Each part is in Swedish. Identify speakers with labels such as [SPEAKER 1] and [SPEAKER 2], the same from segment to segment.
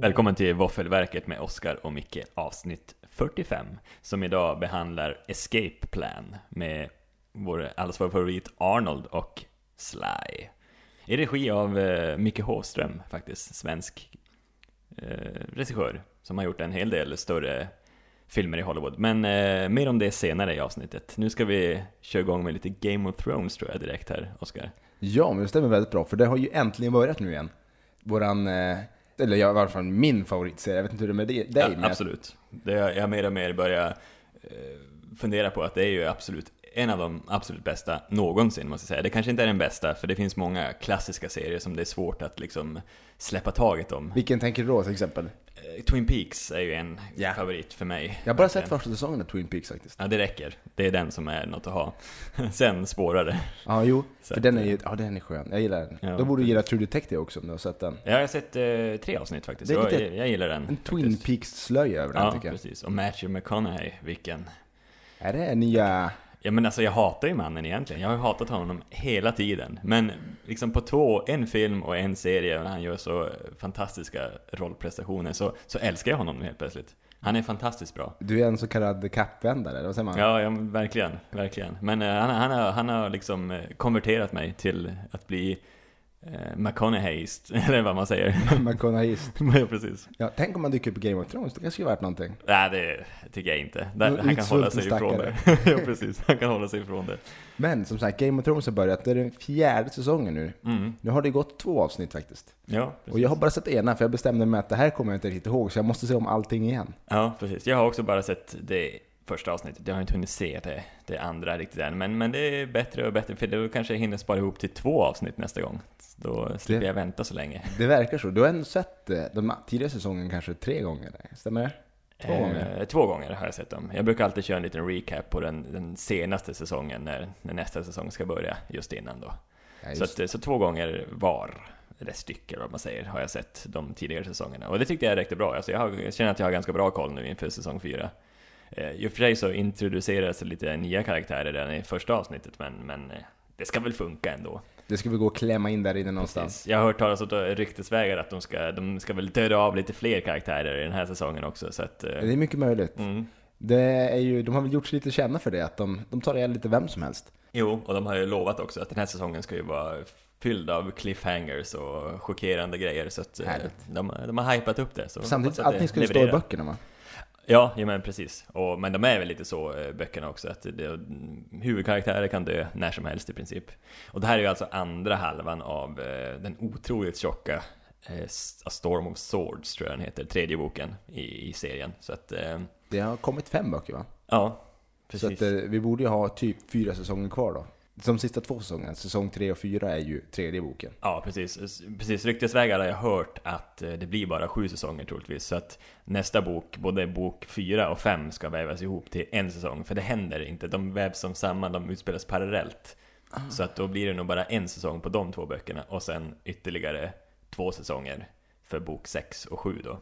[SPEAKER 1] Välkommen till Våffelverket med Oskar och Micke, avsnitt 45, som idag behandlar Escape Plan med vår, allas vår favorit Arnold och Sly. I regi av eh, Micke Håström, faktiskt, svensk eh, regissör, som har gjort en hel del större filmer i Hollywood. Men eh, mer om det senare i avsnittet. Nu ska vi köra igång med lite Game of Thrones tror jag direkt här, Oskar.
[SPEAKER 2] Ja, men det stämmer väldigt bra, för det har ju äntligen börjat nu igen. Våran, eh, eller jag, i alla fall min favoritserie, jag vet inte hur det är med dig.
[SPEAKER 1] Ja,
[SPEAKER 2] men jag-
[SPEAKER 1] absolut. Det jag, jag mer och mer börjar eh, fundera på att det är ju absolut en av de absolut bästa någonsin, måste jag säga. Det kanske inte är den bästa, för det finns många klassiska serier som det är svårt att liksom släppa taget om.
[SPEAKER 2] Vilken tänker du då till exempel?
[SPEAKER 1] Eh, Twin Peaks är ju en
[SPEAKER 2] Ja.
[SPEAKER 1] favorit för mig.
[SPEAKER 2] Jag har bara sett första säsongen av Twin Peaks faktiskt.
[SPEAKER 1] Ja, det räcker. Det är den som är något att ha. Sen spårar det.
[SPEAKER 2] Ja, jo,
[SPEAKER 1] Så
[SPEAKER 2] för
[SPEAKER 1] att, eh,
[SPEAKER 2] den är ju, ja den är skön, jag gillar den.
[SPEAKER 1] Ja.
[SPEAKER 2] Då borde du gilla True Detective också om du har sett den.
[SPEAKER 1] Jag har sett eh, tre avsnitt faktiskt.
[SPEAKER 2] Det är
[SPEAKER 1] Jag,
[SPEAKER 2] lite-
[SPEAKER 1] jag, jag gillar den.
[SPEAKER 2] En Twin
[SPEAKER 1] faktiskt.
[SPEAKER 2] Peaks-slöja över den
[SPEAKER 1] Ja,
[SPEAKER 2] tycker jag.
[SPEAKER 1] precis. Och Matthew McConaughey, vilken
[SPEAKER 2] Är det nya...
[SPEAKER 1] Ja men alltså jag hatar ju mannen egentligen. Jag har ju hatat honom hela tiden. Men liksom på två, en film och en serie, när han gör så fantastiska rollprestationer, så, så älskar jag honom helt plötsligt. Han är fantastiskt bra.
[SPEAKER 2] Du är en så kallad kappvändare, eller vad säger man?
[SPEAKER 1] Ja, ja men verkligen, verkligen. Men eh, han, han, har, han har liksom eh, konverterat mig till att bli eh, McConaugheyst, eller vad man säger.
[SPEAKER 2] McConaugheyist.
[SPEAKER 1] ja, precis.
[SPEAKER 2] Ja, tänk om man dyker upp i Game of Thrones, det kanske skulle varit någonting.
[SPEAKER 1] Nej, det tycker jag inte. Där,
[SPEAKER 2] Någon
[SPEAKER 1] han kan hålla sig
[SPEAKER 2] utsvulten
[SPEAKER 1] ifrån det. ja, precis. Han kan hålla sig ifrån det.
[SPEAKER 2] Men som sagt, Game of Thrones har börjat, det är den fjärde säsongen nu.
[SPEAKER 1] Mm.
[SPEAKER 2] Nu har det gått två avsnitt faktiskt.
[SPEAKER 1] Ja, precis.
[SPEAKER 2] Och jag har bara sett ena, för jag bestämde mig att det här kommer jag inte riktigt ihåg, så jag måste se om allting igen.
[SPEAKER 1] Ja, precis. Jag har också bara sett det första avsnittet. Jag har inte hunnit se det, det andra riktigt än. Men, men det är bättre och bättre, för då kanske jag hinner spara ihop till två avsnitt nästa gång. Då slipper
[SPEAKER 2] Det-
[SPEAKER 1] jag vänta så länge.
[SPEAKER 2] Det verkar så. Du har ändå sett eh, den tidigare säsongen kanske tre gånger, nej? stämmer det? Två gånger?
[SPEAKER 1] Eh, två gånger har jag sett dem. Jag brukar alltid köra en liten recap på den, den senaste säsongen, när, när nästa säsong ska börja, just innan då.
[SPEAKER 2] Ja,
[SPEAKER 1] så,
[SPEAKER 2] just.
[SPEAKER 1] att, eh, så två gånger var, eller stycken vad man säger, har jag sett de tidigare säsongerna. Och det tyckte jag räckte bra. Alltså jag, har, jag känner att jag har ganska bra koll nu inför säsong fyra. Eh, I och för sig så introduceras lite nya karaktärer redan i första avsnittet, men, men eh, det ska väl funka ändå.
[SPEAKER 2] Det ska vi gå och klämma in där inne någonstans.
[SPEAKER 1] Precis. Jag har hört talas om ryktesvägar att de ska, de ska väl döda av lite fler karaktärer i den här säsongen också, så att... eh,
[SPEAKER 2] Det är mycket möjligt.
[SPEAKER 1] Mm.
[SPEAKER 2] Det är ju, de har väl gjort sig lite kända för det, att de, de tar ihjäl lite vem som helst.
[SPEAKER 1] Jo, och de har ju lovat också att den här säsongen ska ju vara fylld av cliffhangers och chockerande grejer, så att eh,
[SPEAKER 2] Härligt.
[SPEAKER 1] de, de har hypat upp det. Så hoppas
[SPEAKER 2] Samtidigt,
[SPEAKER 1] att det
[SPEAKER 2] allting skulle stå i
[SPEAKER 1] levererar.
[SPEAKER 2] böckerna va?
[SPEAKER 1] Ja, ja men precis. Och, men de är väl lite så, eh, böckerna också, att det, mm, huvudkaraktärer kan dö när som helst i princip. Och det här är ju alltså andra halvan av eh, den otroligt tjocka eh, S- A Storm of Swords, tror jag den heter, tredje boken i, i serien. Så att, eh,
[SPEAKER 2] Det har kommit fem böcker va?
[SPEAKER 1] ja,
[SPEAKER 2] Så
[SPEAKER 1] precis.
[SPEAKER 2] att, eh, vi borde ju ha typ fyra säsonger kvar då. De sista två säsongerna, säsong tre och fyra, är ju tredje boken.
[SPEAKER 1] Ja, precis. S- precis. Ryktesvägar har jag hört att eh, det blir bara sju säsonger troligtvis. Så att nästa bok, både bok fyra och fem, ska vävas ihop till en säsong. För det händer inte. De vävs som samman, de utspelas parallellt.
[SPEAKER 2] Ah.
[SPEAKER 1] Så att då blir det nog bara en säsong på de två böckerna. Och sen ytterligare två säsonger för bok sex och sju då.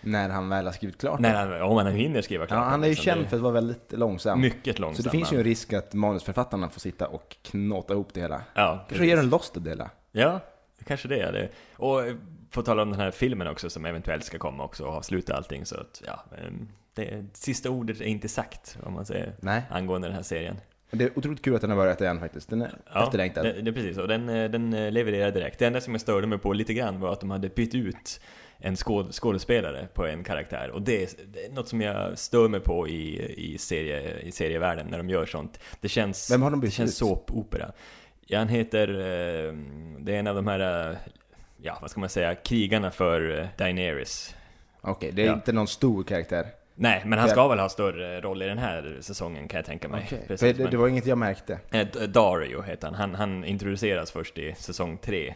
[SPEAKER 2] När han väl har skrivit klart
[SPEAKER 1] När han, om han hinner skriva
[SPEAKER 2] Ja,
[SPEAKER 1] klart.
[SPEAKER 2] han är ju
[SPEAKER 1] liksom.
[SPEAKER 2] känd
[SPEAKER 1] Det
[SPEAKER 2] för att vara väldigt långsam.
[SPEAKER 1] Mycket långsamt.
[SPEAKER 2] Så det finns ju en risk att manusförfattarna får sitta och knåta ihop det hela.
[SPEAKER 1] Ja,
[SPEAKER 2] Kanske gör en lost av det hela.
[SPEAKER 1] Ja, kanske det är det. Och eh, på tala om den här filmen också som eventuellt ska komma också och avsluta allting så att ja, eh, det, sista ordet är inte sagt om man säger
[SPEAKER 2] Nej.
[SPEAKER 1] angående den här serien.
[SPEAKER 2] Men Det är otroligt kul att den har börjat igen faktiskt. Den är
[SPEAKER 1] Ja,
[SPEAKER 2] efterlängtad.
[SPEAKER 1] Det, det, är precis, och den, eh, den eh, levererar direkt. Det enda som jag störde mig på lite grann var att de hade bytt ut en skåd, skådespelare på en karaktär. Och det är, det är något som jag stör mig på i, i, serie, i serievärlden när de gör sånt. Det känns...
[SPEAKER 2] Vem har de bytt
[SPEAKER 1] Det känns
[SPEAKER 2] ut?
[SPEAKER 1] såpopera. Ja, han heter... Eh, det är en av de här... Eh, ja, vad ska man säga? Krigarna för eh, Daenerys.
[SPEAKER 2] Okej, det är
[SPEAKER 1] Ja.
[SPEAKER 2] inte någon stor karaktär.
[SPEAKER 1] Nej, men han
[SPEAKER 2] För-
[SPEAKER 1] ska väl ha större roll i den här säsongen kan jag tänka mig.
[SPEAKER 2] Okej.
[SPEAKER 1] Precis,
[SPEAKER 2] För det,
[SPEAKER 1] men-
[SPEAKER 2] det var inget jag märkte.
[SPEAKER 1] Eh, D- Dario heter han. han. Han introduceras först i säsong tre.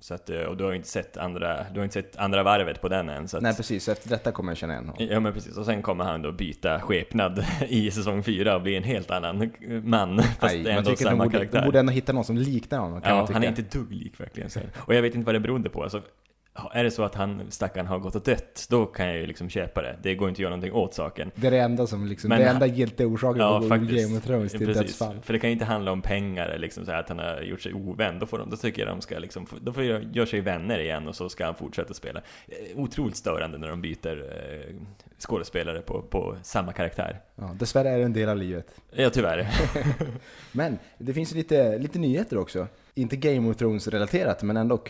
[SPEAKER 1] Så att, eh, och du har ju inte sett andra, du har inte sett andra varvet på den än. Så att,
[SPEAKER 2] Nej precis, efter detta kommer jag känna igen honom.
[SPEAKER 1] ja men precis, och sen kommer han då byta skepnad i säsong fyra och bli en helt annan man. Fast
[SPEAKER 2] Aj, man
[SPEAKER 1] ändå
[SPEAKER 2] tycker att de
[SPEAKER 1] samma
[SPEAKER 2] borde,
[SPEAKER 1] karaktär.
[SPEAKER 2] de borde ändå hitta någon som liknar honom kan
[SPEAKER 1] ja,
[SPEAKER 2] man tycka.
[SPEAKER 1] han är inte ett dugg lik verkligen. Så. här. Och jag vet inte vad det berodde på. Alltså, Ja, Är det så att han, stackaren, har gått och dött, då kan jag ju liksom köpa det. Det går inte att göra någonting åt saken.
[SPEAKER 2] Det är det enda som liksom,
[SPEAKER 1] Men
[SPEAKER 2] det
[SPEAKER 1] han-
[SPEAKER 2] enda giltiga orsaken
[SPEAKER 1] Ja,
[SPEAKER 2] till att gå ur
[SPEAKER 1] faktiskt.
[SPEAKER 2] Game of Thrones till
[SPEAKER 1] Precis.
[SPEAKER 2] dödsfall.
[SPEAKER 1] För det kan ju inte handla om pengar, eller liksom så här, att han har gjort sig ovän. Då, får de, då tycker jag de ska liksom, få- då får jag göra sig vänner igen och så ska han fortsätta spela. Eh, Otroligt störande när de byter eh, skådespelare på, på samma karaktär.
[SPEAKER 2] Ja, dessvärre är det en del av livet.
[SPEAKER 1] Ja, tyvärr.
[SPEAKER 2] Men det finns ju lite, lite nyheter också. Inte Game of Thrones-relaterat, men ändå.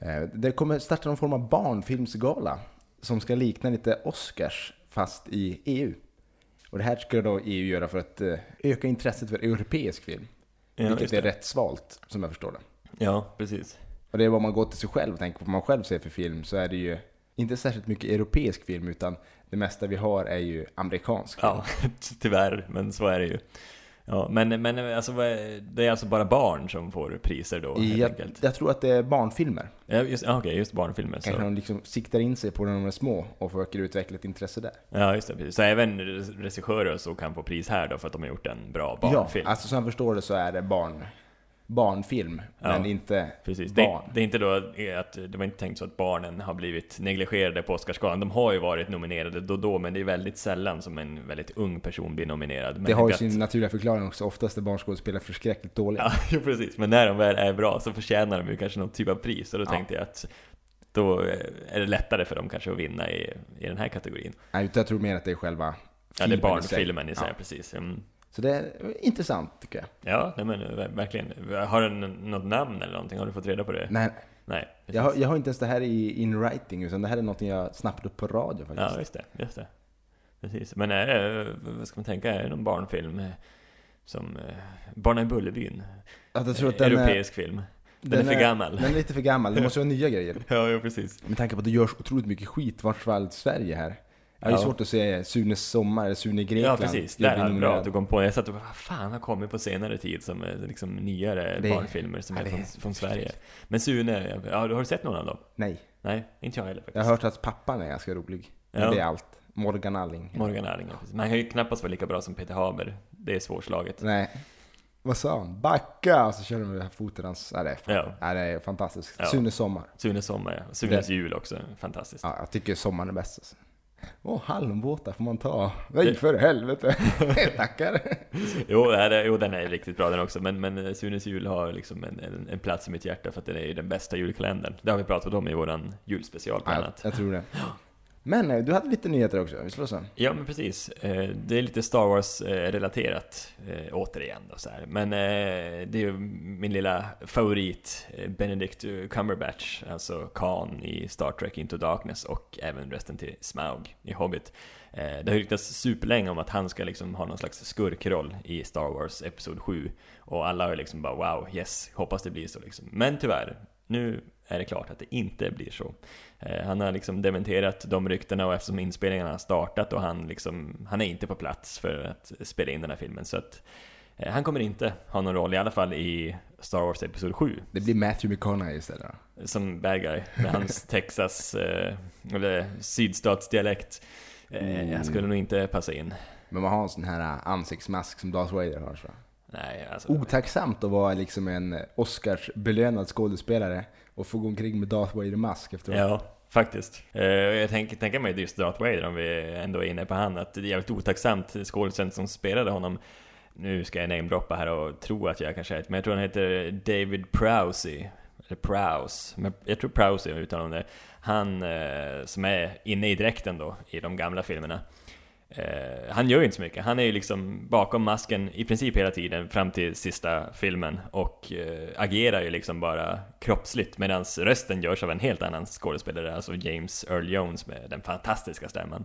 [SPEAKER 2] Eh, Det kommer starta någon form av barnfilmsgala som ska likna lite Oscars, fast i EU. Och det här ska då EU göra för att eh, öka intresset för europeisk film.
[SPEAKER 1] Ja,
[SPEAKER 2] vilket
[SPEAKER 1] just
[SPEAKER 2] är
[SPEAKER 1] det.
[SPEAKER 2] rätt svalt, som jag förstår det.
[SPEAKER 1] ja precis.
[SPEAKER 2] Och det är vad man går till sig själv och tänker på vad man själv ser för film så är det ju inte särskilt mycket europeisk film utan det mesta vi har är ju amerikansk film.
[SPEAKER 1] Ja, tyvärr, men så är det ju. Ja, men men alltså, vad är- det är alltså bara barn som får priser då, helt
[SPEAKER 2] jag,
[SPEAKER 1] enkelt?
[SPEAKER 2] jag tror att det är barnfilmer.
[SPEAKER 1] Ja, just, ja, okej, just barnfilmer. Så.
[SPEAKER 2] Kanske de liksom siktar in sig på när de är små och försöker utveckla ett intresse där.
[SPEAKER 1] Ja, just det. Precis. Så även regissörer och så kan få pris här då för att de har gjort en bra barnfilm?
[SPEAKER 2] Ja, alltså som jag förstår det så är det barn, barnfilm,
[SPEAKER 1] Ja,
[SPEAKER 2] men inte
[SPEAKER 1] Precis. Det,
[SPEAKER 2] barn.
[SPEAKER 1] det är inte då att, det var inte tänkt så att barnen har blivit negligerade på Oscarsgalan. De har ju varit nominerade då och då, men det är väldigt sällan som en väldigt ung person blir nominerad. Men
[SPEAKER 2] Det har ju
[SPEAKER 1] att-
[SPEAKER 2] sin naturliga förklaring också. Oftast är barnskådespelare förskräckligt dåliga.
[SPEAKER 1] Ja, jo, precis. Men när de väl är bra så förtjänar de ju kanske någon typ av pris. Och då
[SPEAKER 2] Ja.
[SPEAKER 1] tänkte jag att då är det lättare för dem kanske att vinna i, i den här kategorin.
[SPEAKER 2] Nej, utan jag tror mer att det är själva
[SPEAKER 1] Ja, det är
[SPEAKER 2] filmen i sig.
[SPEAKER 1] barnfilmen i sig,
[SPEAKER 2] Ja.
[SPEAKER 1] precis. Mm.
[SPEAKER 2] Så det är intressant tycker jag.
[SPEAKER 1] Ja, nej, men ver- verkligen. Har den något namn eller någonting? Har du fått reda på det?
[SPEAKER 2] Nej,
[SPEAKER 1] Nej. precis.
[SPEAKER 2] Mm. Jag har, jag har inte ens det här i in writing, utan det här är något jag snappade upp på radio faktiskt.
[SPEAKER 1] Ja, just det. Just det. Precis. Men är det, vad ska man tänka, är det någon barnfilm eh, som eh, Barnen i Bullerbyn?
[SPEAKER 2] Att jag tror att den, är,
[SPEAKER 1] Europeisk film. Den, är för gammal.
[SPEAKER 2] den är lite för gammal, det måste vara nya grejer.
[SPEAKER 1] Ja, ja, precis.
[SPEAKER 2] Med tanke på att det görs otroligt mycket skit vart fall Sverige här. Jag har ju
[SPEAKER 1] Ja.
[SPEAKER 2] svårt att se Sunes sommar, eller Sune i
[SPEAKER 1] Ja,
[SPEAKER 2] Grekland.
[SPEAKER 1] precis.
[SPEAKER 2] skulle
[SPEAKER 1] Där
[SPEAKER 2] bli
[SPEAKER 1] hade bra
[SPEAKER 2] nominerad.
[SPEAKER 1] att du kom på det. Jag satt och bara, vad fan har kommit på senare tid som eh, liksom nyare
[SPEAKER 2] Det-
[SPEAKER 1] barnfilmer som
[SPEAKER 2] ja,
[SPEAKER 1] är
[SPEAKER 2] det-
[SPEAKER 1] från, från Sverige? Men Sune, jag- ja, har du sett någon av dem?
[SPEAKER 2] Nej,
[SPEAKER 1] Nej, inte jag heller faktiskt.
[SPEAKER 2] jag har hört att pappan är ganska rolig.
[SPEAKER 1] Ja.
[SPEAKER 2] Men det är allt. Morgan Alling.
[SPEAKER 1] Morgan Erling, ja, precis. Men han kan ju knappast vara lika bra som Peter Haber. Det är svårslaget.
[SPEAKER 2] Nej. Vad sa han? Backa! Och så kör de med foten hans... Ja, det är,
[SPEAKER 1] Ja.
[SPEAKER 2] ja, det är fantastiskt.
[SPEAKER 1] Ja.
[SPEAKER 2] Sunes sommar.
[SPEAKER 1] Sunes sommar, ja. Sunes jul också. Fantastiskt.
[SPEAKER 2] Ja, jag tycker sommaren är bäst. alltså. Åh, halmbåtar får man ta. Nej, för helvete. Tackar.
[SPEAKER 1] Jo, nej, det- jo, den är riktigt bra den också, men, men eh, Sunes jul har liksom en, en, en plats i mitt hjärta för att den är ju den bästa julkalendern. Det har vi pratat om i våran julspecial bland
[SPEAKER 2] Ja,
[SPEAKER 1] annat.
[SPEAKER 2] jag tror det. Men eh, du hade lite nyheter också, visst var det så?
[SPEAKER 1] Ja, men precis. Eh, Det är lite Star Wars-relaterat eh, återigen då så här. Men eh, det är ju min lilla favorit, eh, Benedict Cumberbatch, alltså Khan i Star Trek Into Darkness och även rösten till Smaug i Hobbit. Eh, Det har ryktats superlänge om att han ska liksom ha någon slags skurkroll i Star Wars Episod 7. Och alla har ju liksom bara wow, yes, hoppas det blir så liksom. Men tyvärr, nu är det klart att det inte blir så. Eh, Han har liksom dementerat de ryktena och eftersom inspelningarna har startat och han liksom, han är inte på plats för att spela in den här filmen så att eh, han kommer inte ha någon roll, i alla fall i Star Wars Episod 7
[SPEAKER 2] Det blir Matthew McConaughey istället då.
[SPEAKER 1] som bad guy med hans Texas, eh, eller sydstatsdialekt. Eh, Jag skulle nog inte passa in.
[SPEAKER 2] Men man har en sån här eh, ansiktsmask som Darth Vader har så.
[SPEAKER 1] Nej, alltså.
[SPEAKER 2] Otacksamt att vara liksom en Oscarsbelönad skådespelare och få gå omkring med Darth Vader-mask efteråt.
[SPEAKER 1] Ja, faktiskt. Eh, och jag tänker tänka mig just Darth Vader om vi ändå är inne på han, att det är jävligt otacksamt skådisen som spelade honom. Nu ska jag namedroppa här och tro att jag kanske är ett, men jag tror han heter David Prowsey. Eller Prowse, men jag tror Prowsey uttalar det. Han eh, som är inne i dräkten då, i de gamla filmerna. Eh, han gör ju inte så mycket. Han är ju liksom bakom masken i princip hela tiden fram till sista filmen och eh, agerar ju liksom bara kroppsligt medan rösten görs av en helt annan skådespelare, alltså James Earl Jones med den fantastiska stämman.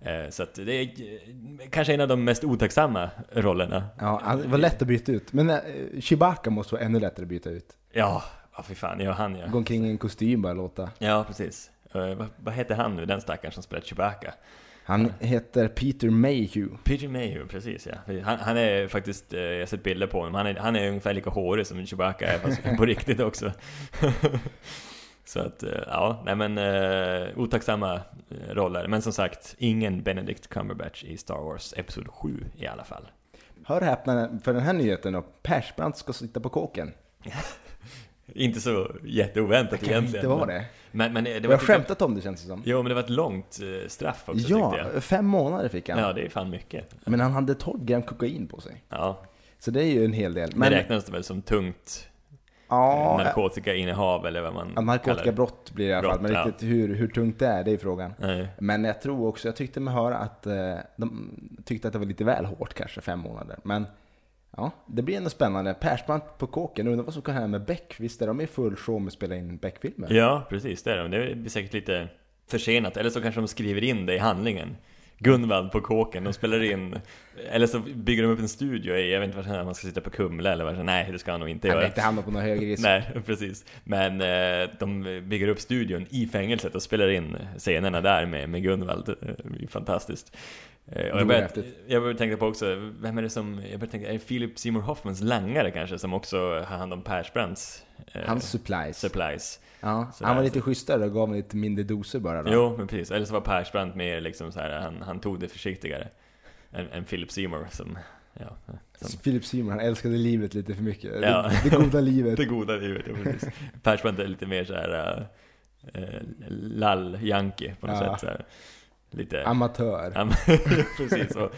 [SPEAKER 1] Eh, så att det är eh, kanske en av de mest otacksamma rollerna.
[SPEAKER 2] Ja, han- det var lätt att byta ut. Men eh, Chewbacca måste vara ännu lättare att byta ut.
[SPEAKER 1] Ja, oh, fy fan, ja han ja.
[SPEAKER 2] Gå omkring i en kostym bara låta.
[SPEAKER 1] Ja, precis. Eh, vad, vad heter han nu, den stackaren som spelar Chewbacca?
[SPEAKER 2] Han heter Peter Mayhew.
[SPEAKER 1] Peter Mayhew, precis ja. Han, han är faktiskt, eh, jag har sett bilder på honom, han är, han är ungefär lika hårig som Chewbacca är fast på riktigt också. Så att, eh, ja, nej men eh, otacksamma eh, roller. Men som sagt, ingen Benedict Cumberbatch i Star Wars Episod 7 i alla fall.
[SPEAKER 2] Hör och häpna för den här nyheten då. Persbrandt ska sitta på kåken.
[SPEAKER 1] Inte så jätteoväntat
[SPEAKER 2] Det kan
[SPEAKER 1] egentligen.
[SPEAKER 2] inte vara
[SPEAKER 1] men-
[SPEAKER 2] det.
[SPEAKER 1] Men, men eh, det, det
[SPEAKER 2] Vi
[SPEAKER 1] var typ-
[SPEAKER 2] har skämtat om det känns det som.
[SPEAKER 1] Jo, men det var ett långt eh, straff också tyckte jag.
[SPEAKER 2] Ja, fem månader fick han.
[SPEAKER 1] Ja, det är fan mycket.
[SPEAKER 2] Men han hade 12 gram kokain på sig.
[SPEAKER 1] Ja,
[SPEAKER 2] Så det är ju en hel del.
[SPEAKER 1] det
[SPEAKER 2] Men,
[SPEAKER 1] räknas väl som tungt ja,
[SPEAKER 2] ja, eh,
[SPEAKER 1] narkotikainnehav eller vad man
[SPEAKER 2] Ja,
[SPEAKER 1] kallar det.
[SPEAKER 2] Narkotikabrott blir det i alla fall,
[SPEAKER 1] Mm. Brott,
[SPEAKER 2] men
[SPEAKER 1] ja.
[SPEAKER 2] riktigt hur, hur tungt det är, det är frågan.
[SPEAKER 1] Nej.
[SPEAKER 2] Men jag tror också, jag tyckte mig höra att eh, de tyckte att det var lite väl hårt kanske, fem månader. Men ja, det blir ändå spännande. Persbrandt på kåken, undrar vad som kan hända med Beck? Visst är de i full show med att spela in Beck-filmer?
[SPEAKER 1] Ja, precis. Det är de. Det blir säkert lite försenat. Eller så kanske de skriver in det i handlingen. Gunvald på kåken, de spelar in Eller så bygger de upp en studio i, jag vet inte vart man ska sitta på Kumla eller vad Nej, det ska han nog inte
[SPEAKER 2] Han vill
[SPEAKER 1] göra
[SPEAKER 2] inte hamna på någon högre risk.
[SPEAKER 1] Nej, precis Men eh, de bygger upp studion i fängelset och spelar in scenerna där med, med Gunvald Eh, Det är fantastiskt Eh, och
[SPEAKER 2] Det
[SPEAKER 1] jag,
[SPEAKER 2] är
[SPEAKER 1] började,
[SPEAKER 2] häftigt.
[SPEAKER 1] jag började tänka på också, vem är det som, jag började tänka, är det Philip Seymour Hoffmans langare kanske som också har hand om Persbrandts eh,
[SPEAKER 2] Hans supplies.
[SPEAKER 1] supplies?
[SPEAKER 2] ja,
[SPEAKER 1] Sådär,
[SPEAKER 2] han var
[SPEAKER 1] så-
[SPEAKER 2] lite schysstare och gav mig lite mindre doser bara då.
[SPEAKER 1] Jo, men precis. Eller så var Persbrandt mer liksom så här, han, han tog det försiktigare än, än Philip Seymour som, ja, som
[SPEAKER 2] Philip Seymour, han älskade livet lite för mycket.
[SPEAKER 1] Ja.
[SPEAKER 2] Det, det goda livet.
[SPEAKER 1] det goda livet. ja, precis. Persbrandt är lite mer så här eh, eh, lall-janke på något
[SPEAKER 2] Ja.
[SPEAKER 1] sätt. Så här. Lite...
[SPEAKER 2] Amatör.
[SPEAKER 1] Am precis, och,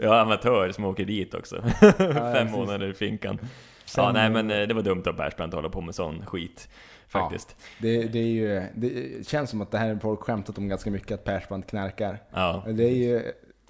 [SPEAKER 1] ja, amatör som åker dit också. Fem
[SPEAKER 2] precis.
[SPEAKER 1] månader i finkan. Ja,
[SPEAKER 2] Sen-
[SPEAKER 1] nej men eh, det var dumt av Persbrandt att hålla på med sån skit. Faktiskt.
[SPEAKER 2] Det, det, är ju, det känns som att det här är folk skämtat om ganska mycket, att Persbrandt knarkar.
[SPEAKER 1] Ja.
[SPEAKER 2] Men Det är ju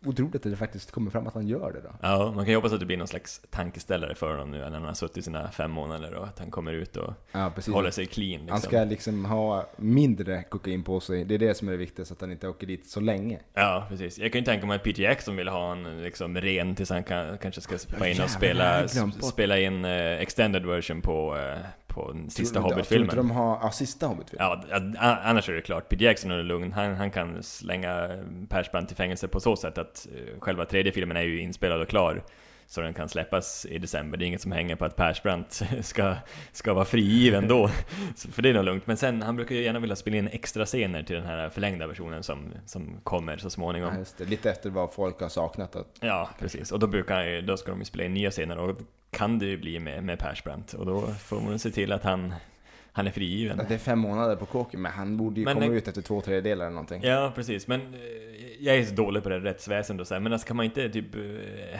[SPEAKER 2] otroligt att det faktiskt kommer fram att han gör det då.
[SPEAKER 1] Ja, man kan ju hoppas att det blir någon slags tankeställare för honom nu när han har suttit sina fem månader och att han kommer ut och
[SPEAKER 2] Ja, precis.
[SPEAKER 1] håller sig clean. Liksom.
[SPEAKER 2] Typ. Han ska liksom ha mindre kokain på sig. Det är det som är det viktigaste, att han inte åker dit så länge.
[SPEAKER 1] Ja, precis. Jag kan ju tänka mig att Peter Jackson vill ha en liksom, ren tills han kan, kanske ska hoppa in
[SPEAKER 2] jävlar,
[SPEAKER 1] och
[SPEAKER 2] jag
[SPEAKER 1] spela,
[SPEAKER 2] hade glömt bort.
[SPEAKER 1] spela in eh, extended version på, eh, på den sista
[SPEAKER 2] Tror du-
[SPEAKER 1] Hobbit-filmen.
[SPEAKER 2] Tror du inte de har, ja, sista Hobbit-filmen.
[SPEAKER 1] Ja, a- a- annars är det klart. Peter Jackson är lugn. Han, han kan slänga Persbrandt i fängelse på så sätt att eh, själva tredje filmen är ju inspelad och klar. Så den kan släppas i december. Det är inget som hänger på att Persbrandt ska, ska vara frigiven då. Så för det är nog lugnt. Men sen, han brukar ju gärna vilja spela in extra scener till den här förlängda versionen som, som kommer så småningom.
[SPEAKER 2] Ja, just det. Lite efter vad folk har saknat. Att,
[SPEAKER 1] Ja, precis. Och då, brukar han, ju- då ska de ju spela in nya scener och kan det ju bli med, med Persbrandt. Och då får man se till att han, han är frigiven.
[SPEAKER 2] att det är fem månader på kåken, men han borde ju
[SPEAKER 1] Men
[SPEAKER 2] komma
[SPEAKER 1] det-
[SPEAKER 2] ut efter två tredjedelar eller någonting.
[SPEAKER 1] Ja, precis. Men eh, jag är så dålig på det här rättsväsendet och så här, men alltså kan man inte typ... eh,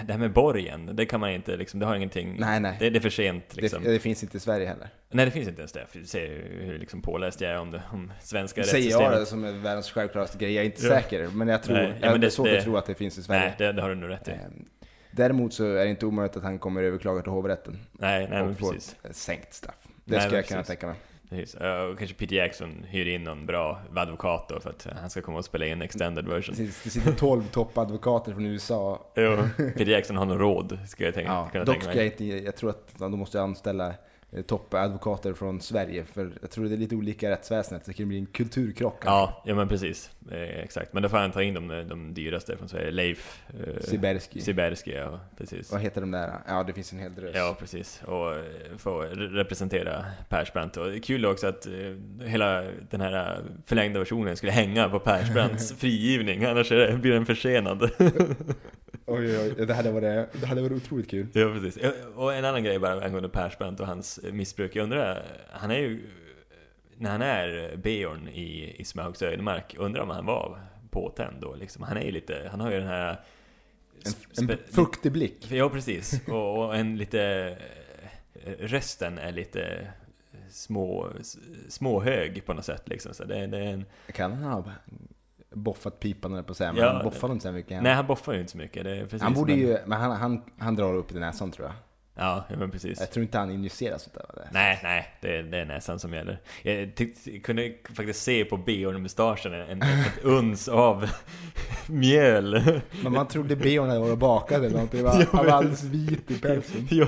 [SPEAKER 1] Det här med borgen, det kan man inte liksom, det har ingenting...
[SPEAKER 2] Nej, nej.
[SPEAKER 1] Det, det är för sent liksom.
[SPEAKER 2] Det, det finns inte i Sverige heller.
[SPEAKER 1] Nej, det finns inte ens det. För Du ser ju hur liksom påläst jag är om det, om svenska
[SPEAKER 2] Säger
[SPEAKER 1] rättssystemet.
[SPEAKER 2] jag det som är världens självklaraste grej, jag är inte
[SPEAKER 1] Ja.
[SPEAKER 2] säker. Men jag tror,
[SPEAKER 1] Nej, ja, men
[SPEAKER 2] jag, det är
[SPEAKER 1] det-
[SPEAKER 2] svårt
[SPEAKER 1] det-
[SPEAKER 2] att tro att det finns i Sverige.
[SPEAKER 1] Nej, det, det har du nog rätt i.
[SPEAKER 2] Ehm, Däremot så är det inte omöjligt att han kommer överklaga till hovrätten
[SPEAKER 1] Nej, nej men
[SPEAKER 2] och få
[SPEAKER 1] precis.
[SPEAKER 2] ett eh, sänkt straff. Det
[SPEAKER 1] Nej,
[SPEAKER 2] skulle
[SPEAKER 1] men
[SPEAKER 2] jag kunna
[SPEAKER 1] precis.
[SPEAKER 2] tänka mig.
[SPEAKER 1] precis. Eh, Och kanske Peter Jackson hyr in någon bra advokat då för att han ska komma och spela in extended version.
[SPEAKER 2] Precis, det sitter 12 toppadvokater från USA.
[SPEAKER 1] Jo, Peter Jackson har någon råd, skulle jag tänka,
[SPEAKER 2] Ja,
[SPEAKER 1] kunna
[SPEAKER 2] dock
[SPEAKER 1] tänka
[SPEAKER 2] ska jag
[SPEAKER 1] mig.
[SPEAKER 2] inte, jag tror att de måste anställa eh, toppadvokater från Sverige, för jag tror det är lite olika i rättsväsendet, så det kan bli en kulturkrock.
[SPEAKER 1] Ja, ja men precis. Eh, exakt. Men då får han ta in de, de dyraste från Sverige. Leif... eh,
[SPEAKER 2] Siberski.
[SPEAKER 1] Siberski, ja precis.
[SPEAKER 2] Vad heter de där? Ja, det finns en hel drös.
[SPEAKER 1] Ja, precis. Och eh, få re- representera Persbrandt. Och det är kul också att eh, hela den här eh, förlängda versionen skulle hänga på Persbrandts frigivning, annars är det, blir den försenad.
[SPEAKER 2] Oj, oj, oj, det hade varit, det hade varit otroligt kul.
[SPEAKER 1] ja, precis. Eh, Och en annan grej bara angående Persbrandt och hans eh, missbruk. Jag undrar, eh, han är ju, eh, när han är eh, Beorn i, i Smaugs ödemark, undrar om han var påtänd då liksom. Han är ju lite, han har ju den här...
[SPEAKER 2] En, en
[SPEAKER 1] spe-
[SPEAKER 2] fuktig blick.
[SPEAKER 1] Ja, precis. Och, och en lite... eh, Rösten är lite eh, små, s- småhög på något sätt liksom. Så det, det är en,
[SPEAKER 2] Kan han ha boffat pipan eller på att säga, men
[SPEAKER 1] Ja,
[SPEAKER 2] han boffar inte så här mycket. Han,
[SPEAKER 1] nej, han boffar ju inte så mycket. Det är precis,
[SPEAKER 2] han borde
[SPEAKER 1] men,
[SPEAKER 2] ju, men han, han, han drar upp i näsan tror jag.
[SPEAKER 1] Ja, ja, men precis.
[SPEAKER 2] Jag tror inte han injicerar sånt där. va?
[SPEAKER 1] Nej, nej, det, är- det är näsan som gäller. Jag tyckte, kunde faktiskt se på bh-mustaschen en, en, ett uns av mjöl.
[SPEAKER 2] Men man trodde Beon hade varit och bakat eller någonting. Det var-
[SPEAKER 1] Ja,
[SPEAKER 2] Han
[SPEAKER 1] men-
[SPEAKER 2] var alldeles vit i pälsen.
[SPEAKER 1] Jo.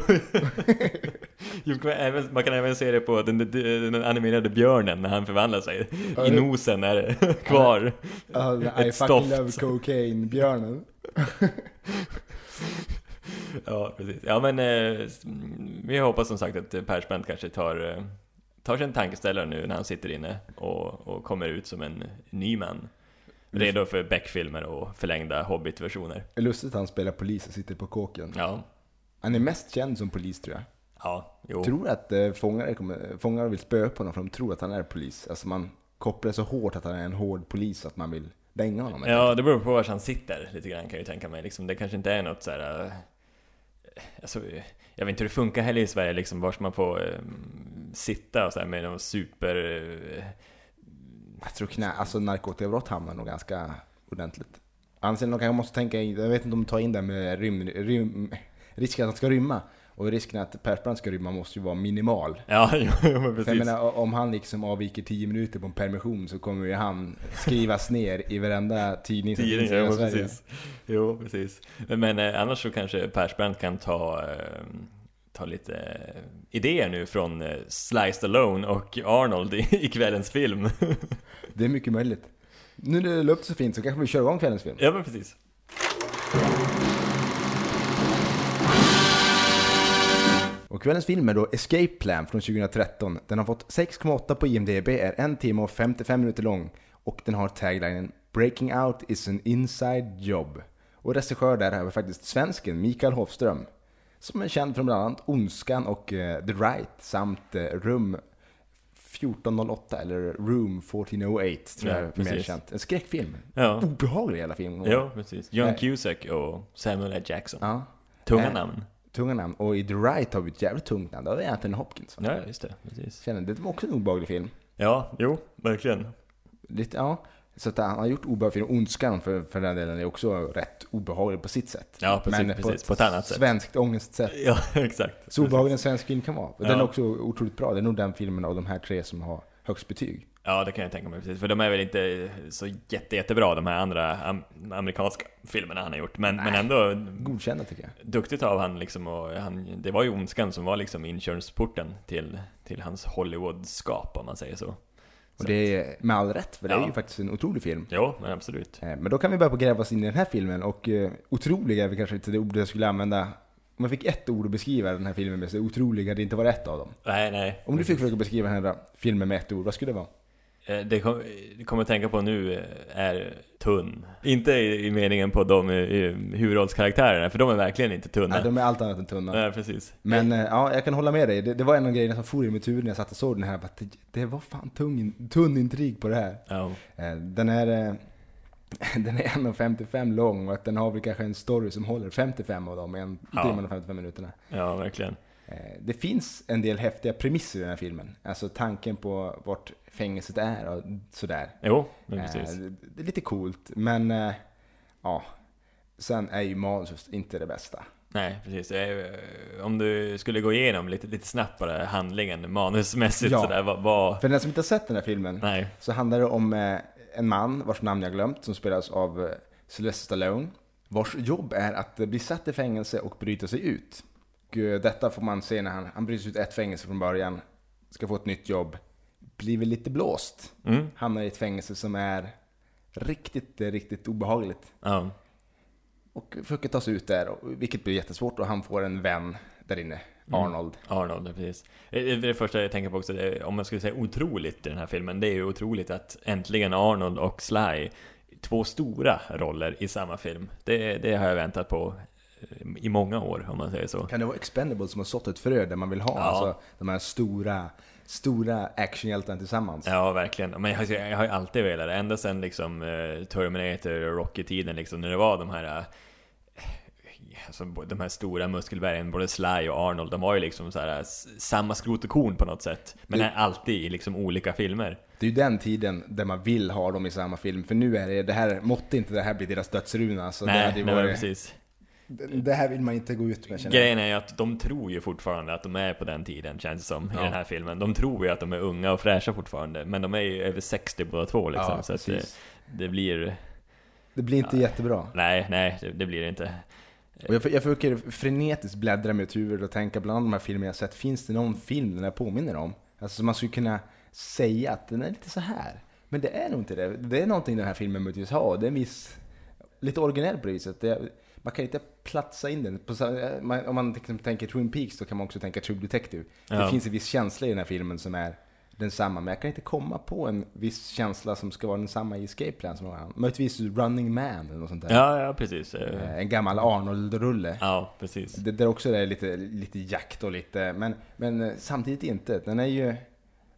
[SPEAKER 1] Jo, kan man även- Man kan även se det på den, den animerade björnen när han förvandlar sig.
[SPEAKER 2] Ja,
[SPEAKER 1] I
[SPEAKER 2] det-
[SPEAKER 1] nosen är det kvar.
[SPEAKER 2] Ja, I fucking
[SPEAKER 1] Ett stoft.
[SPEAKER 2] love cocaine, björnen.
[SPEAKER 1] Ja, precis. Ja, men eh, s- mm, vi hoppas som sagt att eh, Persbrandt kanske tar, eh, tar sig en tankeställare nu när han sitter inne och, och kommer ut som en ny man. Redo för Beck-filmer och förlängda Hobbit-versioner.
[SPEAKER 2] Det är lustigt att han spelar polis och sitter på kåken.
[SPEAKER 1] Ja.
[SPEAKER 2] Han är mest känd som polis tror jag.
[SPEAKER 1] Ja, jo.
[SPEAKER 2] Tror att eh, fångare, kommer, fångare vill spöa på honom för de tror att han är polis. Alltså man kopplar så hårt att han är en hård polis att man vill dänga honom.
[SPEAKER 1] Ja, det beror på var han sitter lite grann kan jag ju tänka mig. Liksom, det kanske inte är något så här. eh, Alltså, eh, jag vet inte hur det funkar heller i Sverige, liksom, vars man får eh, sitta och så här, med någon super... eh,
[SPEAKER 2] Jag tror knä, alltså narkotikabrott hamnar nog ganska ordentligt. Anser nog jag måste tänka, jag vet inte om de tar in det här med rym, rym, risken att han ska rymma. Och risken att Persbrandt ska rymma måste ju vara minimal.
[SPEAKER 1] Ja, jo, men
[SPEAKER 2] För jag
[SPEAKER 1] precis.
[SPEAKER 2] menar, o- om han liksom avviker 10 minuter på en permission så kommer ju han skrivas ner i varenda tidning som
[SPEAKER 1] Tidning,
[SPEAKER 2] finns i
[SPEAKER 1] ja,
[SPEAKER 2] hela
[SPEAKER 1] men
[SPEAKER 2] Sverige.
[SPEAKER 1] precis. Jo, precis. Men eh, annars så kanske Persbrandt kan ta, eh, ta lite eh, idéer nu från eh, Sliced Alone och Arnold i, i kvällens film.
[SPEAKER 2] Det är mycket möjligt. Nu när det la upp så fint så kanske vi kör igång kvällens film.
[SPEAKER 1] ja, men precis.
[SPEAKER 2] Och kvällens film är då Escape Plan från 2013. Den har fått 6,8 på IMDB, är en timme och 55 minuter lång och den har taglinen “Breaking out is an inside job”. Och regissör där har vi faktiskt svensken Mikael Hofström. Som är känd från bland annat Ondskan och eh, The Right samt eh, Room 1408 eller Room 1408 tror
[SPEAKER 1] Ja,
[SPEAKER 2] jag är mer
[SPEAKER 1] precis.
[SPEAKER 2] känt. En skräckfilm.
[SPEAKER 1] Ja.
[SPEAKER 2] Obehaglig jävla film.
[SPEAKER 1] Ja, precis. John
[SPEAKER 2] Nej.
[SPEAKER 1] Cusack och Samuel L. Jackson.
[SPEAKER 2] Ja.
[SPEAKER 1] Tunga
[SPEAKER 2] Nej.
[SPEAKER 1] namn.
[SPEAKER 2] Tunga namn. Och i The Right har vi ett jävligt tungt namn. Det var Anthony Hopkins va?
[SPEAKER 1] Ja, just det. Precis.
[SPEAKER 2] Känner, det var också en obehaglig film.
[SPEAKER 1] Ja, jo, verkligen.
[SPEAKER 2] Lite, ja. Så att han har gjort obehaglig film. Ondskan för, för den delen är också rätt obehaglig på sitt sätt.
[SPEAKER 1] Ja, precis,
[SPEAKER 2] Men
[SPEAKER 1] precis. På ett annat sätt.
[SPEAKER 2] svenskt ångestsätt.
[SPEAKER 1] Ja, exakt.
[SPEAKER 2] Så obehaglig en svensk film kan vara. Den är
[SPEAKER 1] Ja.
[SPEAKER 2] också otroligt bra. Det är nog den filmen av de här tre som har högst betyg.
[SPEAKER 1] Ja, det kan jag tänka mig precis. För de är väl inte så jätte, jättebra de här andra am- amerikanska filmerna han har gjort. Men, men ändå
[SPEAKER 2] Godkända tycker jag.
[SPEAKER 1] duktigt av han liksom. Och han, det var ju ondskan som var liksom inkörsporten till, till hans Hollywood-skap om man säger så.
[SPEAKER 2] Och det är med all rätt, för det är
[SPEAKER 1] Ja.
[SPEAKER 2] ju faktiskt en otrolig film.
[SPEAKER 1] Jo, men absolut.
[SPEAKER 2] Eh, Men då kan vi börja på att gräva oss in i den här filmen och eh, otroliga är väl kanske inte det ordet jag skulle använda. Om jag fick ett ord att beskriva den här filmen med så otroliga hade det inte varit ett av dem.
[SPEAKER 1] Nej, nej.
[SPEAKER 2] Om du fick försöka beskriva den här filmen med ett ord, vad skulle det vara?
[SPEAKER 1] Eh, Det kom- det kommer att tänka på nu eh, är tunn. Inte i, i meningen på de eh, huvudrollskaraktärerna, för de är verkligen inte tunna.
[SPEAKER 2] Nej, de är allt annat än tunna.
[SPEAKER 1] Nej, precis.
[SPEAKER 2] Men eh, ja, jag kan hålla med dig. Det, det var en av grejerna som for i mitt huvud när jag satt och såg den här. Bara, det, det var fan tung, tunn intrig på det här.
[SPEAKER 1] Ja.
[SPEAKER 2] Eh, Den är, eh, den är 1,55 lång och att den har väl kanske en story som håller 55 av de en
[SPEAKER 1] Ja.
[SPEAKER 2] timmen och 55 minuterna.
[SPEAKER 1] Ja, verkligen.
[SPEAKER 2] Eh, Det finns en del häftiga premisser i den här filmen. Alltså tanken på vart fängelset är och sådär.
[SPEAKER 1] Jo, men
[SPEAKER 2] Eh,
[SPEAKER 1] precis.
[SPEAKER 2] det- Det är lite coolt, men eh, ja. Sen är ju manuset inte det bästa.
[SPEAKER 1] Nej, precis. Eh, Om du skulle gå igenom lite, lite snabbt bara handlingen manusmässigt
[SPEAKER 2] Ja.
[SPEAKER 1] sådär, vad... vad...
[SPEAKER 2] För den som inte har sett den här filmen
[SPEAKER 1] Nej.
[SPEAKER 2] så handlar det om eh, en man vars namn jag glömt som spelas av eh, Sylvester Stallone. Vars jobb är att eh, bli satt i fängelse och bryta sig ut. Och, eh, detta får man se när han, han bryts ut ett fängelse från början, ska få ett nytt jobb, blir väl lite blåst.
[SPEAKER 1] Mm.
[SPEAKER 2] Hamnar i ett fängelse som är riktigt, eh, riktigt obehagligt.
[SPEAKER 1] Ja.
[SPEAKER 2] Och försöker ta sig ut där, och- vilket blir jättesvårt och han får en vän där inne,
[SPEAKER 1] Mm.
[SPEAKER 2] Arnold.
[SPEAKER 1] Arnold, precis. Eh, eh, Det första jag tänker på också, det är, om man skulle säga otroligt i den här filmen, det är ju otroligt att äntligen Arnold och Sly, två stora roller i samma film. Det, det har jag väntat på eh, i många år, om man säger så.
[SPEAKER 2] Kan det vara Expendables som har sått ett frö där man vill ha
[SPEAKER 1] Ja.
[SPEAKER 2] alltså, de här stora, stora actionhjältarna tillsammans?
[SPEAKER 1] Ja, verkligen. Men jag, har- jag har ju alltid velat det. Ända sedan liksom eh, Terminator och Rocky-tiden liksom, när det var de här... Eh, alltså, bo- de här stora muskelbergen, både Sly och Arnold, de var ju liksom så här, s- samma skrot och korn på något sätt. Men
[SPEAKER 2] Du-
[SPEAKER 1] är alltid i liksom olika filmer.
[SPEAKER 2] Det är ju den tiden där man vill ha dem i samma film, för nu är det, det här, måtte inte det här bli deras dödsruna. Alltså, det,
[SPEAKER 1] nej,
[SPEAKER 2] hade
[SPEAKER 1] nej
[SPEAKER 2] ju
[SPEAKER 1] men
[SPEAKER 2] varit,
[SPEAKER 1] precis.
[SPEAKER 2] det, det här vill man inte gå ut med känner jag.
[SPEAKER 1] Grejen är ju att de tror ju fortfarande att de är på den tiden, känns det som,
[SPEAKER 2] Ja.
[SPEAKER 1] i den här filmen. De tror ju att de är unga och fräscha fortfarande, men de är ju över 60 båda två liksom.
[SPEAKER 2] Ja,
[SPEAKER 1] så att det,
[SPEAKER 2] precis.
[SPEAKER 1] det blir...
[SPEAKER 2] Det blir inte jättebra.
[SPEAKER 1] Nej, nej, det, det blir det inte.
[SPEAKER 2] Och jag, jag försöker frenetiskt bläddra i mitt huvud och tänka bland de här filmerna jag sett, finns det någon film den här påminner om? Alltså som man skulle kunna säga att den är lite så här. Men det är nog inte det. Det är någonting den här filmen möjligtvis har. Det är en viss, lite originell på det viset. Det, man kan inte platsa in den. På, samma- eh, man- om man liksom tänker Twin Peaks då kan man också tänka True Detective. Det
[SPEAKER 1] Ja.
[SPEAKER 2] finns en viss känsla i den här filmen som är densamma, men jag kan inte komma på en viss känsla som ska vara densamma i Escape Plan som någon annan. Möjligtvis Running Man eller något sånt där.
[SPEAKER 1] Ja, ja precis. Eh,
[SPEAKER 2] Eh, En gammal Arnold-rulle.
[SPEAKER 1] Ja, precis.
[SPEAKER 2] Det där också är lite, lite jakt och lite, men, men eh, samtidigt inte. Den är ju,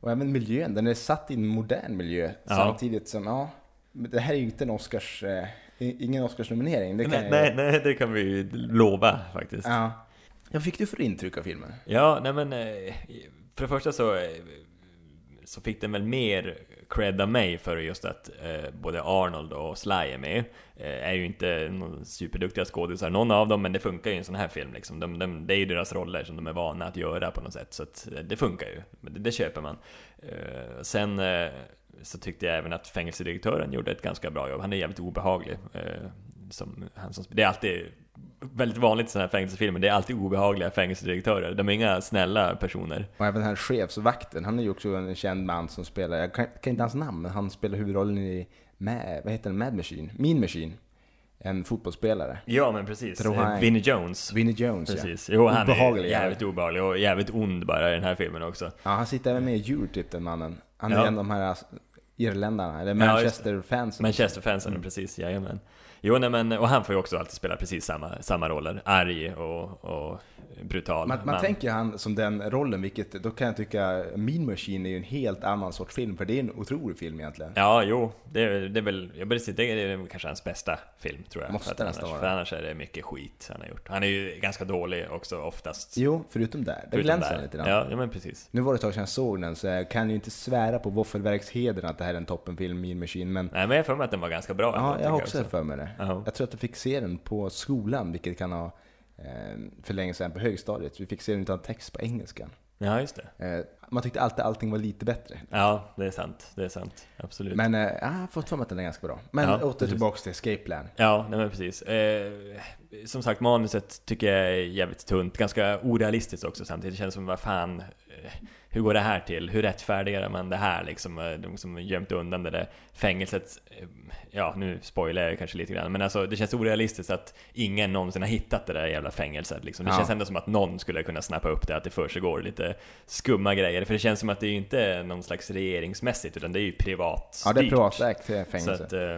[SPEAKER 2] och även miljön, den är satt i en modern miljö.
[SPEAKER 1] Ja.
[SPEAKER 2] Samtidigt som, ja, men det här är ju inte en Oscars, eh, i- ingen Oscarsnominering. Det kan
[SPEAKER 1] Nej,
[SPEAKER 2] jag,
[SPEAKER 1] nej, nej, det kan vi ju lova faktiskt.
[SPEAKER 2] Ja. Vad fick du för intryck av filmen?
[SPEAKER 1] Ja, nej men eh, för det första så, eh, så fick den väl mer cred av mig för just att eh, både Arnold och Sly är med. Eh, är ju inte någon superduktiga skådisar, någon av dem, men det funkar ju i en sån här film liksom. De, de, det är ju deras roller som de är vana att göra på något sätt, så att, eh, det funkar ju. Men Det, det köper man. Eh, sen eh, så tyckte jag även att fängelsedirektören gjorde ett ganska bra jobb. Han är jävligt obehaglig. Eh, som, han som, det är alltid väldigt vanligt i sådana här fängelsefilmer, det är alltid obehagliga fängelsedirektörer. De är inga snälla personer.
[SPEAKER 2] Och även den här chefsvakten, han är ju också en känd man som spelar, jag kan, kan inte hans namn, men han spelar huvudrollen i, Ma- vad heter den, Mad Machine? Mean Machine. En fotbollsspelare.
[SPEAKER 1] Ja, men precis.
[SPEAKER 2] Tror han-
[SPEAKER 1] Eh, Vinnie Jones.
[SPEAKER 2] Vinnie Jones
[SPEAKER 1] Precis.
[SPEAKER 2] ja.
[SPEAKER 1] Jo, han
[SPEAKER 2] Obehaglig,
[SPEAKER 1] är jävligt obehaglig och jävligt ond bara i den här filmen också.
[SPEAKER 2] Ja, han sitter även med i Eurotrip den mannen. Han är
[SPEAKER 1] Ja.
[SPEAKER 2] en av de här alltså, irländarna, eller
[SPEAKER 1] Ja, just det.
[SPEAKER 2] Manchester-fansen.
[SPEAKER 1] Manchester-fansen,
[SPEAKER 2] Mm.
[SPEAKER 1] precis. Jajamän. Jo, nej, men, och han får ju också alltid spela precis samma, samma roller. Arg och, och brutal.
[SPEAKER 2] Man, man
[SPEAKER 1] Men-
[SPEAKER 2] tänker han som den rollen, vilket då kan jag tycka Mean Machine är ju en helt annan sorts film, för det är en otrolig film egentligen.
[SPEAKER 1] Ja, jo. Det är, det är väl, jag började säga, det är kanske hans bästa film tror jag.
[SPEAKER 2] Måste
[SPEAKER 1] För att
[SPEAKER 2] nästan
[SPEAKER 1] annars,
[SPEAKER 2] vara.
[SPEAKER 1] För annars är det mycket skit han har gjort. Han är ju ganska dålig också oftast.
[SPEAKER 2] Jo, förutom där. Där
[SPEAKER 1] Förutom
[SPEAKER 2] glänser
[SPEAKER 1] där.
[SPEAKER 2] han lite grann.
[SPEAKER 1] Ja, ja, men precis.
[SPEAKER 2] Nu var det ett tag sedan jag såg den, så jag kan ju inte svära på våffelverkshedern att det här är en toppenfilm, Mean Machine, men
[SPEAKER 1] Nej, men jag har för mig att den var ganska bra. ändå,
[SPEAKER 2] ja, jag
[SPEAKER 1] tycker
[SPEAKER 2] har också för mig det.
[SPEAKER 1] Ja.
[SPEAKER 2] Jag tror att jag fick se den på skolan, vilket kan ha eh, för länge sedan på högstadiet. Vi fick se den utan text på engelskan.
[SPEAKER 1] Ja, just det.
[SPEAKER 2] Eh, man tyckte alltid allting var lite bättre.
[SPEAKER 1] Ja, det är sant. Det är sant. Absolut.
[SPEAKER 2] Men eh, jag har fått för mig att den är ganska bra. Men
[SPEAKER 1] Ja,
[SPEAKER 2] åter
[SPEAKER 1] precis.
[SPEAKER 2] tillbaks till Escape Plan.
[SPEAKER 1] Ja, nej men precis. Eh, som sagt, manuset tycker jag är jävligt tunt. Ganska orealistiskt också samtidigt. Det känns som, vad fan, eh, hur går det här till? Hur rättfärdigar man det här liksom? Eh, De som gömt undan det där fängelset. eh, Ja, nu spoilar jag kanske lite grann. Men alltså, det känns orealistiskt att ingen någonsin har hittat det där jävla fängelset. Liksom. Det
[SPEAKER 2] Ja.
[SPEAKER 1] känns ändå som att någon skulle kunna snappa upp det, att det försiggår lite skumma grejer. För det känns som att det är ju inte någon slags regeringsmässigt, utan det är ju privat
[SPEAKER 2] Ja, det är privatägt eh, fängelse.
[SPEAKER 1] Så att, eh, ja,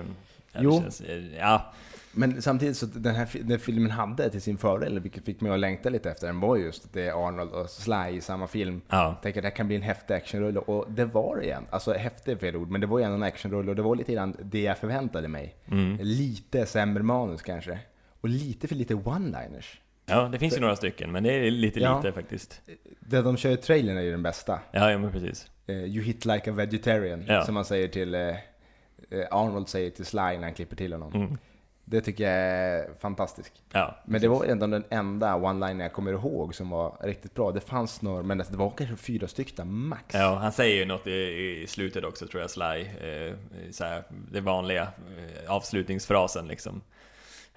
[SPEAKER 1] det
[SPEAKER 2] Jo.
[SPEAKER 1] Känns, eh, ja,
[SPEAKER 2] Men samtidigt så att den här fi- den filmen hade till sin fördel, vilket fick mig att längta lite efter den, var just att det är Arnold och Sly i samma film.
[SPEAKER 1] Ja.
[SPEAKER 2] Jag tänker att det här kan bli en häftig actionrulle och det var det igen. Alltså häftig är fel ord, men det var ju ändå en actionrulle och det var lite grann det jag förväntade mig.
[SPEAKER 1] Mm.
[SPEAKER 2] Lite sämre manus kanske. Och lite för lite one-liners.
[SPEAKER 1] Ja, det finns ju några stycken, men det är lite
[SPEAKER 2] Ja.
[SPEAKER 1] lite faktiskt.
[SPEAKER 2] Det de kör i trailern är ju den bästa.
[SPEAKER 1] Ja, ja men precis.
[SPEAKER 2] Eh, you hit like a vegetarian,
[SPEAKER 1] Ja.
[SPEAKER 2] som man säger till eh, eh, Arnold säger till Sly när han klipper till honom.
[SPEAKER 1] Mm.
[SPEAKER 2] Det tycker jag är fantastiskt.
[SPEAKER 1] Ja,
[SPEAKER 2] Men det var ändå den enda one-liner jag kommer ihåg som var riktigt bra. Det fanns några, men det var kanske fyra stycken max.
[SPEAKER 1] ja, han säger ju något i, i slutet också tror jag, Sly. Eh, så här, det vanliga eh, avslutningsfrasen liksom.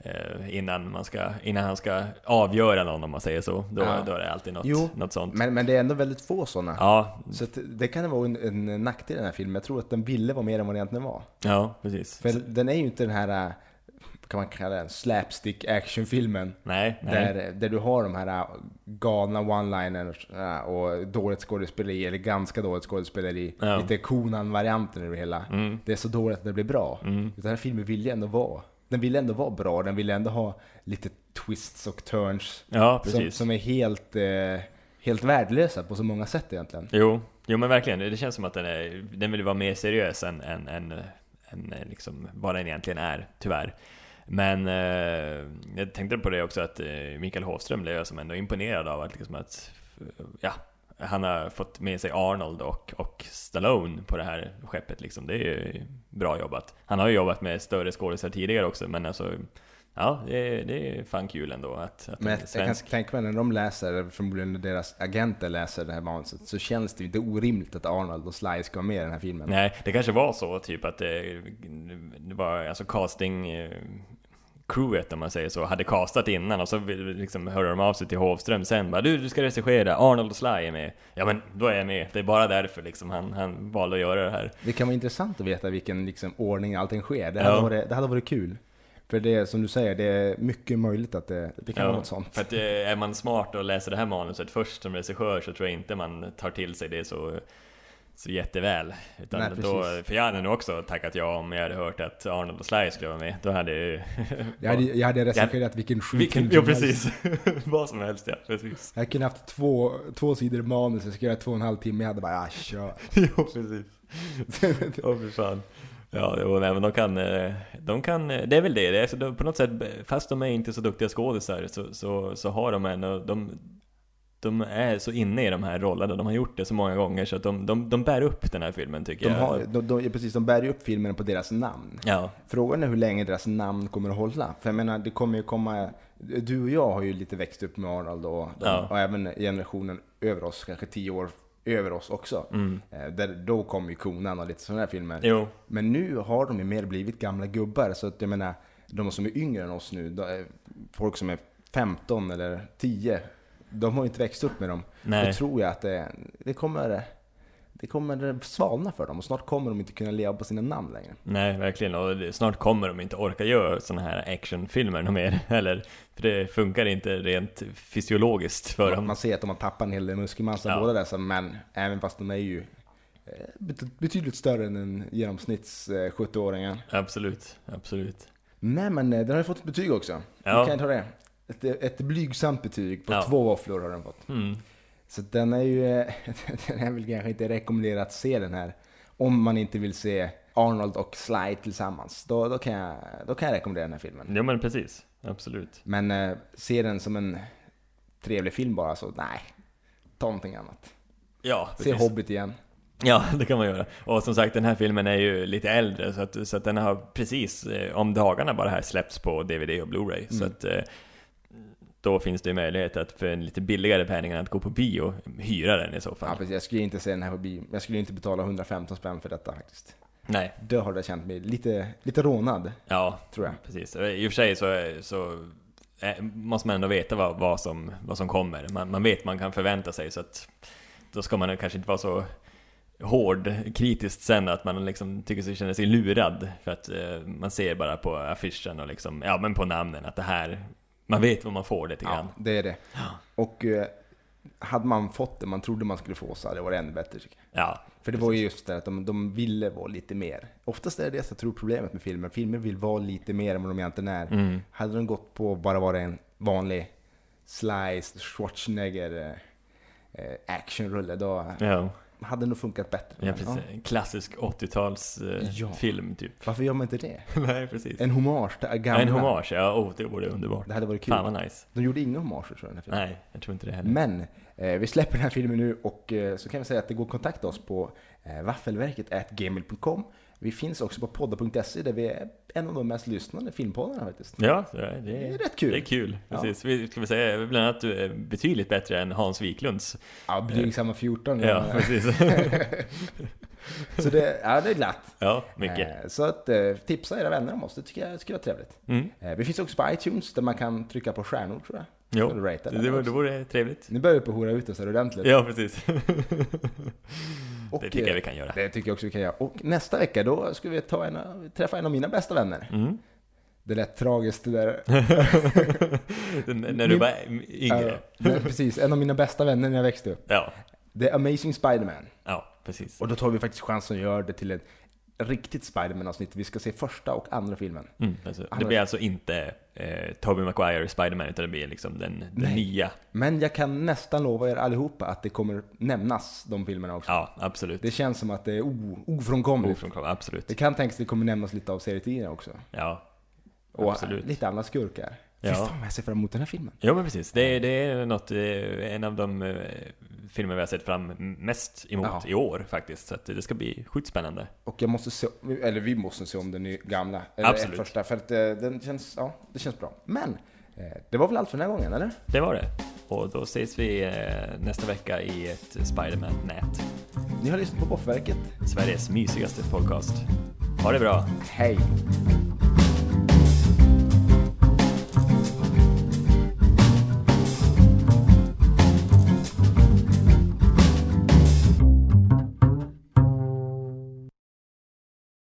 [SPEAKER 1] Eh, innan, man ska, innan han ska avgöra någon om man säger så. Då,
[SPEAKER 2] Ja.
[SPEAKER 1] då är det alltid något,
[SPEAKER 2] Jo,
[SPEAKER 1] något sånt.
[SPEAKER 2] Men, men det är ändå väldigt få sådana.
[SPEAKER 1] Ja,
[SPEAKER 2] Så att det kan vara en, en nackdel i den här filmen. Jag tror att den ville vara mer än vad den egentligen var.
[SPEAKER 1] ja, precis.
[SPEAKER 2] För den är ju inte den här, äh, vad kan man kalla den, slapstick actionfilmen.
[SPEAKER 1] nej, nej.
[SPEAKER 2] Där, där du har de här äh, galna one-liners äh, och dåligt skådespeleri, eller ganska dåligt skådespeleri.
[SPEAKER 1] Ja. Mm.
[SPEAKER 2] Lite Conan-varianten över det hela. Det är så dåligt att det blir bra. Utan den här filmen vill ju ändå vara, den vill ändå vara bra, den vill ändå ha lite twists och turns.
[SPEAKER 1] Ja,
[SPEAKER 2] Som,
[SPEAKER 1] precis.
[SPEAKER 2] som är helt, eh, helt värdelösa på så många sätt egentligen.
[SPEAKER 1] Jo, jo men verkligen. Det känns som att den, är, den vill vara mer seriös än, än, än, än liksom vad den egentligen är, tyvärr. Men eh, jag tänkte på det också att eh, Mikael Hofström blev jag som ändå imponerad av att, liksom att ja, han har fått med sig Arnold och, och Stallone på det här skeppet. Liksom. Det är ju bra jobbat. Han har ju jobbat med större skådisar tidigare också, men alltså Ja, det är, det är fan kul ändå att, att
[SPEAKER 2] Men
[SPEAKER 1] en
[SPEAKER 2] jag, jag kan
[SPEAKER 1] svensk...
[SPEAKER 2] tänka mig när de läser, eller förmodligen när deras agenter läser det här manuset, så känns det ju inte orimligt att Arnold och Sly ska vara med i den här filmen.
[SPEAKER 1] Nej, det kanske var så typ att det, det var alltså casting eh, crewet om man säger så, hade castat innan och så vill- liksom hörde de av sig till Hovström sen bara du, du ska regissera, Arnold och Sly är med. Ja men då är jag med, det är bara därför liksom han, han valde att göra det här.
[SPEAKER 2] Det kan vara intressant att veta vilken liksom, ordning allting sker. Det hade,
[SPEAKER 1] Ja.
[SPEAKER 2] varit, det hade varit kul. För det är, som du säger, det är mycket möjligt att det, det kan
[SPEAKER 1] Ja,
[SPEAKER 2] vara något sånt.
[SPEAKER 1] För att eh, är man smart och läser det här manuset först som regissör så tror jag inte man tar till sig det så, så jätteväl. Utan
[SPEAKER 2] Nej,
[SPEAKER 1] då,
[SPEAKER 2] precis.
[SPEAKER 1] för jag hade nog också tackat ja om jag hade hört att Arnold och Sly skulle vara med. Då hade jag ju...
[SPEAKER 2] Jag hade, jag hade recenserat vilken
[SPEAKER 1] Vilken,
[SPEAKER 2] skitfilm
[SPEAKER 1] jo
[SPEAKER 2] som helst.
[SPEAKER 1] precis, vad som helst ja, precis.
[SPEAKER 2] Jag kunde haft två, två sidor manus, jag skulle göra två och en halv timme, jag hade bara ah, kör.
[SPEAKER 1] Jo precis. Åh fy fan. Ja, jo, nej, men de kan, eh, de kan, eh, det är väl det. det är, så de, på något sätt, fast de är inte så duktiga skådisar så, så, så har de ändå, de, de är så inne i de här rollerna, de har gjort det så många gånger så att de, de, de bär upp den här filmen tycker
[SPEAKER 2] De,
[SPEAKER 1] jag.
[SPEAKER 2] har, de, de, ja, precis, de bär ju upp filmen på deras namn.
[SPEAKER 1] Ja,
[SPEAKER 2] Frågan är hur länge deras namn kommer att hålla. För jag menar, det kommer ju komma... Du och jag har ju lite växt upp med Arnold och,
[SPEAKER 1] Ja.
[SPEAKER 2] och även generationen över oss, kanske tio år över oss också.
[SPEAKER 1] mm.
[SPEAKER 2] Eh, Där, då kom ju Konan och lite sådana här filmer.
[SPEAKER 1] jo,
[SPEAKER 2] Men nu har de ju mer blivit gamla gubbar, så att jag menar, de som är yngre än oss nu, då är folk som är 15 eller 10, de har ju inte växt upp med dem. Då
[SPEAKER 1] nej.
[SPEAKER 2] tror jag att det, det, kommer, det kommer svalna för dem och snart kommer de inte kunna leva på sina namn längre.
[SPEAKER 1] Nej, verkligen. Och det- snart kommer de inte orka göra sådana här actionfilmer något mer. Eller, för det funkar inte rent fysiologiskt för dem.
[SPEAKER 2] Man ser att de har tappat en hel del muskelmassa
[SPEAKER 1] Ja.
[SPEAKER 2] båda dessa män, även fast de är ju eh, bet- betydligt större än en genomsnitts eh, 70-åringen.
[SPEAKER 1] Absolut, absolut.
[SPEAKER 2] Nej men eh, den har ju fått ett betyg också.
[SPEAKER 1] Ja.
[SPEAKER 2] Vi kan ta det. Ett, ett blygsamt betyg på
[SPEAKER 1] Ja.
[SPEAKER 2] två våfflor har den fått.
[SPEAKER 1] Mm.
[SPEAKER 2] Så den är ju, eh, den är väl kanske inte rekommenderad att se den här. Om man inte vill se Arnold och Sly tillsammans. Då, då, kan, jag, då kan jag rekommendera den här filmen.
[SPEAKER 1] Jo men precis, absolut.
[SPEAKER 2] Men eh, se den som en trevlig film bara så nej. Ta någonting annat.
[SPEAKER 1] Ja,
[SPEAKER 2] Se
[SPEAKER 1] precis.
[SPEAKER 2] Hobbit igen.
[SPEAKER 1] Ja, det kan man göra. Och som sagt, den här filmen är ju lite äldre så att, så att den har precis eh, om dagarna bara här släppts på DVD och Blu-ray.
[SPEAKER 2] Mm.
[SPEAKER 1] Så att eh, då finns det ju möjlighet att för en lite billigare penning än att gå på bio hyra den i så fall.
[SPEAKER 2] Ja, precis. Jag skulle inte se den här på bio. Jag skulle inte betala 115 spänn för detta faktiskt.
[SPEAKER 1] Nej,
[SPEAKER 2] Då har jag känt mig lite, lite rånad,
[SPEAKER 1] ja,
[SPEAKER 2] tror jag.
[SPEAKER 1] precis. I och för sig så, så eh, måste man ändå veta vad, vad, som, vad som kommer. Man, man vet man kan förvänta sig så att då ska man kanske inte vara så hård kritiskt sen att man liksom tycker sig känner sig lurad för att eh, man ser bara på affischen och liksom, ja men på namnen att det här, man vet vad man får lite grann.
[SPEAKER 2] Ja, det är det. Och eh, hade man fått det man trodde man skulle få så hade det varit ännu bättre. tycker jag.
[SPEAKER 1] Ja,
[SPEAKER 2] För det var ju just det att de, de ville vara lite mer. Oftast är det jag tror problemet med filmer. Filmer vill vara lite mer än vad de egentligen är.
[SPEAKER 1] mm.
[SPEAKER 2] Hade de gått på att bara vara en vanlig slice Schwarzenegger eh, eh, actionrulle, då
[SPEAKER 1] ja,
[SPEAKER 2] hade det nog funkat bättre.
[SPEAKER 1] ja
[SPEAKER 2] Men,
[SPEAKER 1] precis.
[SPEAKER 2] ja,
[SPEAKER 1] En klassisk 80-talsfilm eh,
[SPEAKER 2] Ja.
[SPEAKER 1] film, typ.
[SPEAKER 2] varför gör man inte det?
[SPEAKER 1] Nej, precis.
[SPEAKER 2] En hommage till
[SPEAKER 1] Ja,
[SPEAKER 2] gamla.
[SPEAKER 1] en hommage, ja, oh, det vore underbart.
[SPEAKER 2] Det hade varit kul.
[SPEAKER 1] Fan vad nice.
[SPEAKER 2] De gjorde inga hommager tror jag. Den här filmen.
[SPEAKER 1] Nej, jag tror inte det heller.
[SPEAKER 2] Men eh, vi släpper den här filmen nu och eh, så kan vi säga att det går att kontakta oss på eh, waffelverket.gmail.com. Vi finns också på podda.se där vi är en av de mest lyssnade filmpoddarna faktiskt.
[SPEAKER 1] Ja, det är,
[SPEAKER 2] Det är
[SPEAKER 1] det
[SPEAKER 2] rätt kul.
[SPEAKER 1] är kul.
[SPEAKER 2] Ja.
[SPEAKER 1] Precis. Vi ska vi säga bland annat eh, betydligt bättre än Hans Wiklunds.
[SPEAKER 2] Ja, blygsamma 14.
[SPEAKER 1] Ja,
[SPEAKER 2] Ja.
[SPEAKER 1] precis.
[SPEAKER 2] Så det, ja, det är glatt.
[SPEAKER 1] Ja, mycket.
[SPEAKER 2] Eh, Så att eh, tipsa era vänner om oss, det tycker jag skulle vara trevligt.
[SPEAKER 1] Mm.
[SPEAKER 2] Eh, Vi finns också på iTunes där man kan trycka på stjärnor tror jag.
[SPEAKER 1] Jo,
[SPEAKER 2] Får du ratea
[SPEAKER 1] det,
[SPEAKER 2] den
[SPEAKER 1] det, vore,
[SPEAKER 2] också.
[SPEAKER 1] det vore trevligt.
[SPEAKER 2] Nu börjar vi på hora ut oss här ordentligt.
[SPEAKER 1] Ja, precis.
[SPEAKER 2] och,
[SPEAKER 1] Det tycker jag
[SPEAKER 2] eh,
[SPEAKER 1] vi kan göra.
[SPEAKER 2] det tycker jag också vi kan göra. Och nästa vecka då ska vi ta en, av- träffa en av mina bästa vänner.
[SPEAKER 1] Mm.
[SPEAKER 2] Det lät tragiskt det där. Mm.
[SPEAKER 1] N- När du
[SPEAKER 2] Min-
[SPEAKER 1] var yngre.
[SPEAKER 2] Ja, men precis, en av mina bästa vänner när jag växte upp.
[SPEAKER 1] Ja,
[SPEAKER 2] The Amazing Spider-Man.
[SPEAKER 1] ja, precis.
[SPEAKER 2] Och då tar vi faktiskt chansen att göra det till ett riktigt Spider-Man-avsnitt. Vi ska se första och andra filmen.
[SPEAKER 1] Mm, alltså, det
[SPEAKER 2] Annars-
[SPEAKER 1] blir alltså inte eh, Tobey Maguire Spider-Man utan det blir liksom den, den
[SPEAKER 2] Nej.
[SPEAKER 1] nya.
[SPEAKER 2] Men jag kan nästan lova er allihopa att det kommer nämnas de filmerna också.
[SPEAKER 1] Ja, absolut.
[SPEAKER 2] Det känns som att det är o- ofrånkomligt.
[SPEAKER 1] Ofrånkomligt, absolut.
[SPEAKER 2] Det kan tänkas att det kommer nämnas lite av serietidningarna också.
[SPEAKER 1] Ja,
[SPEAKER 2] Och
[SPEAKER 1] absolut.
[SPEAKER 2] lite andra skurkar.
[SPEAKER 1] Ja.
[SPEAKER 2] Fy fan vad jag ser fram emot den här filmen.
[SPEAKER 1] Ja men precis, det, är- det är något, eh, en av de eh, filmer vi har sett fram mest emot
[SPEAKER 2] Ja.
[SPEAKER 1] i år faktiskt. Så att det ska bli sjukt spännande.
[SPEAKER 2] Och jag måste se, eller vi måste se om den ny- gamla. Eller
[SPEAKER 1] Absolut.
[SPEAKER 2] Första, för att eh, den känns, ja, det känns bra. Men, eh, det var väl allt för den här gången, eller?
[SPEAKER 1] Det var det. Och då ses vi eh, nästa vecka i ett Spiderman-nät.
[SPEAKER 2] Ni har lyssnat på Boffverket.
[SPEAKER 1] Sveriges mysigaste podcast. Ha det bra!
[SPEAKER 2] Hej!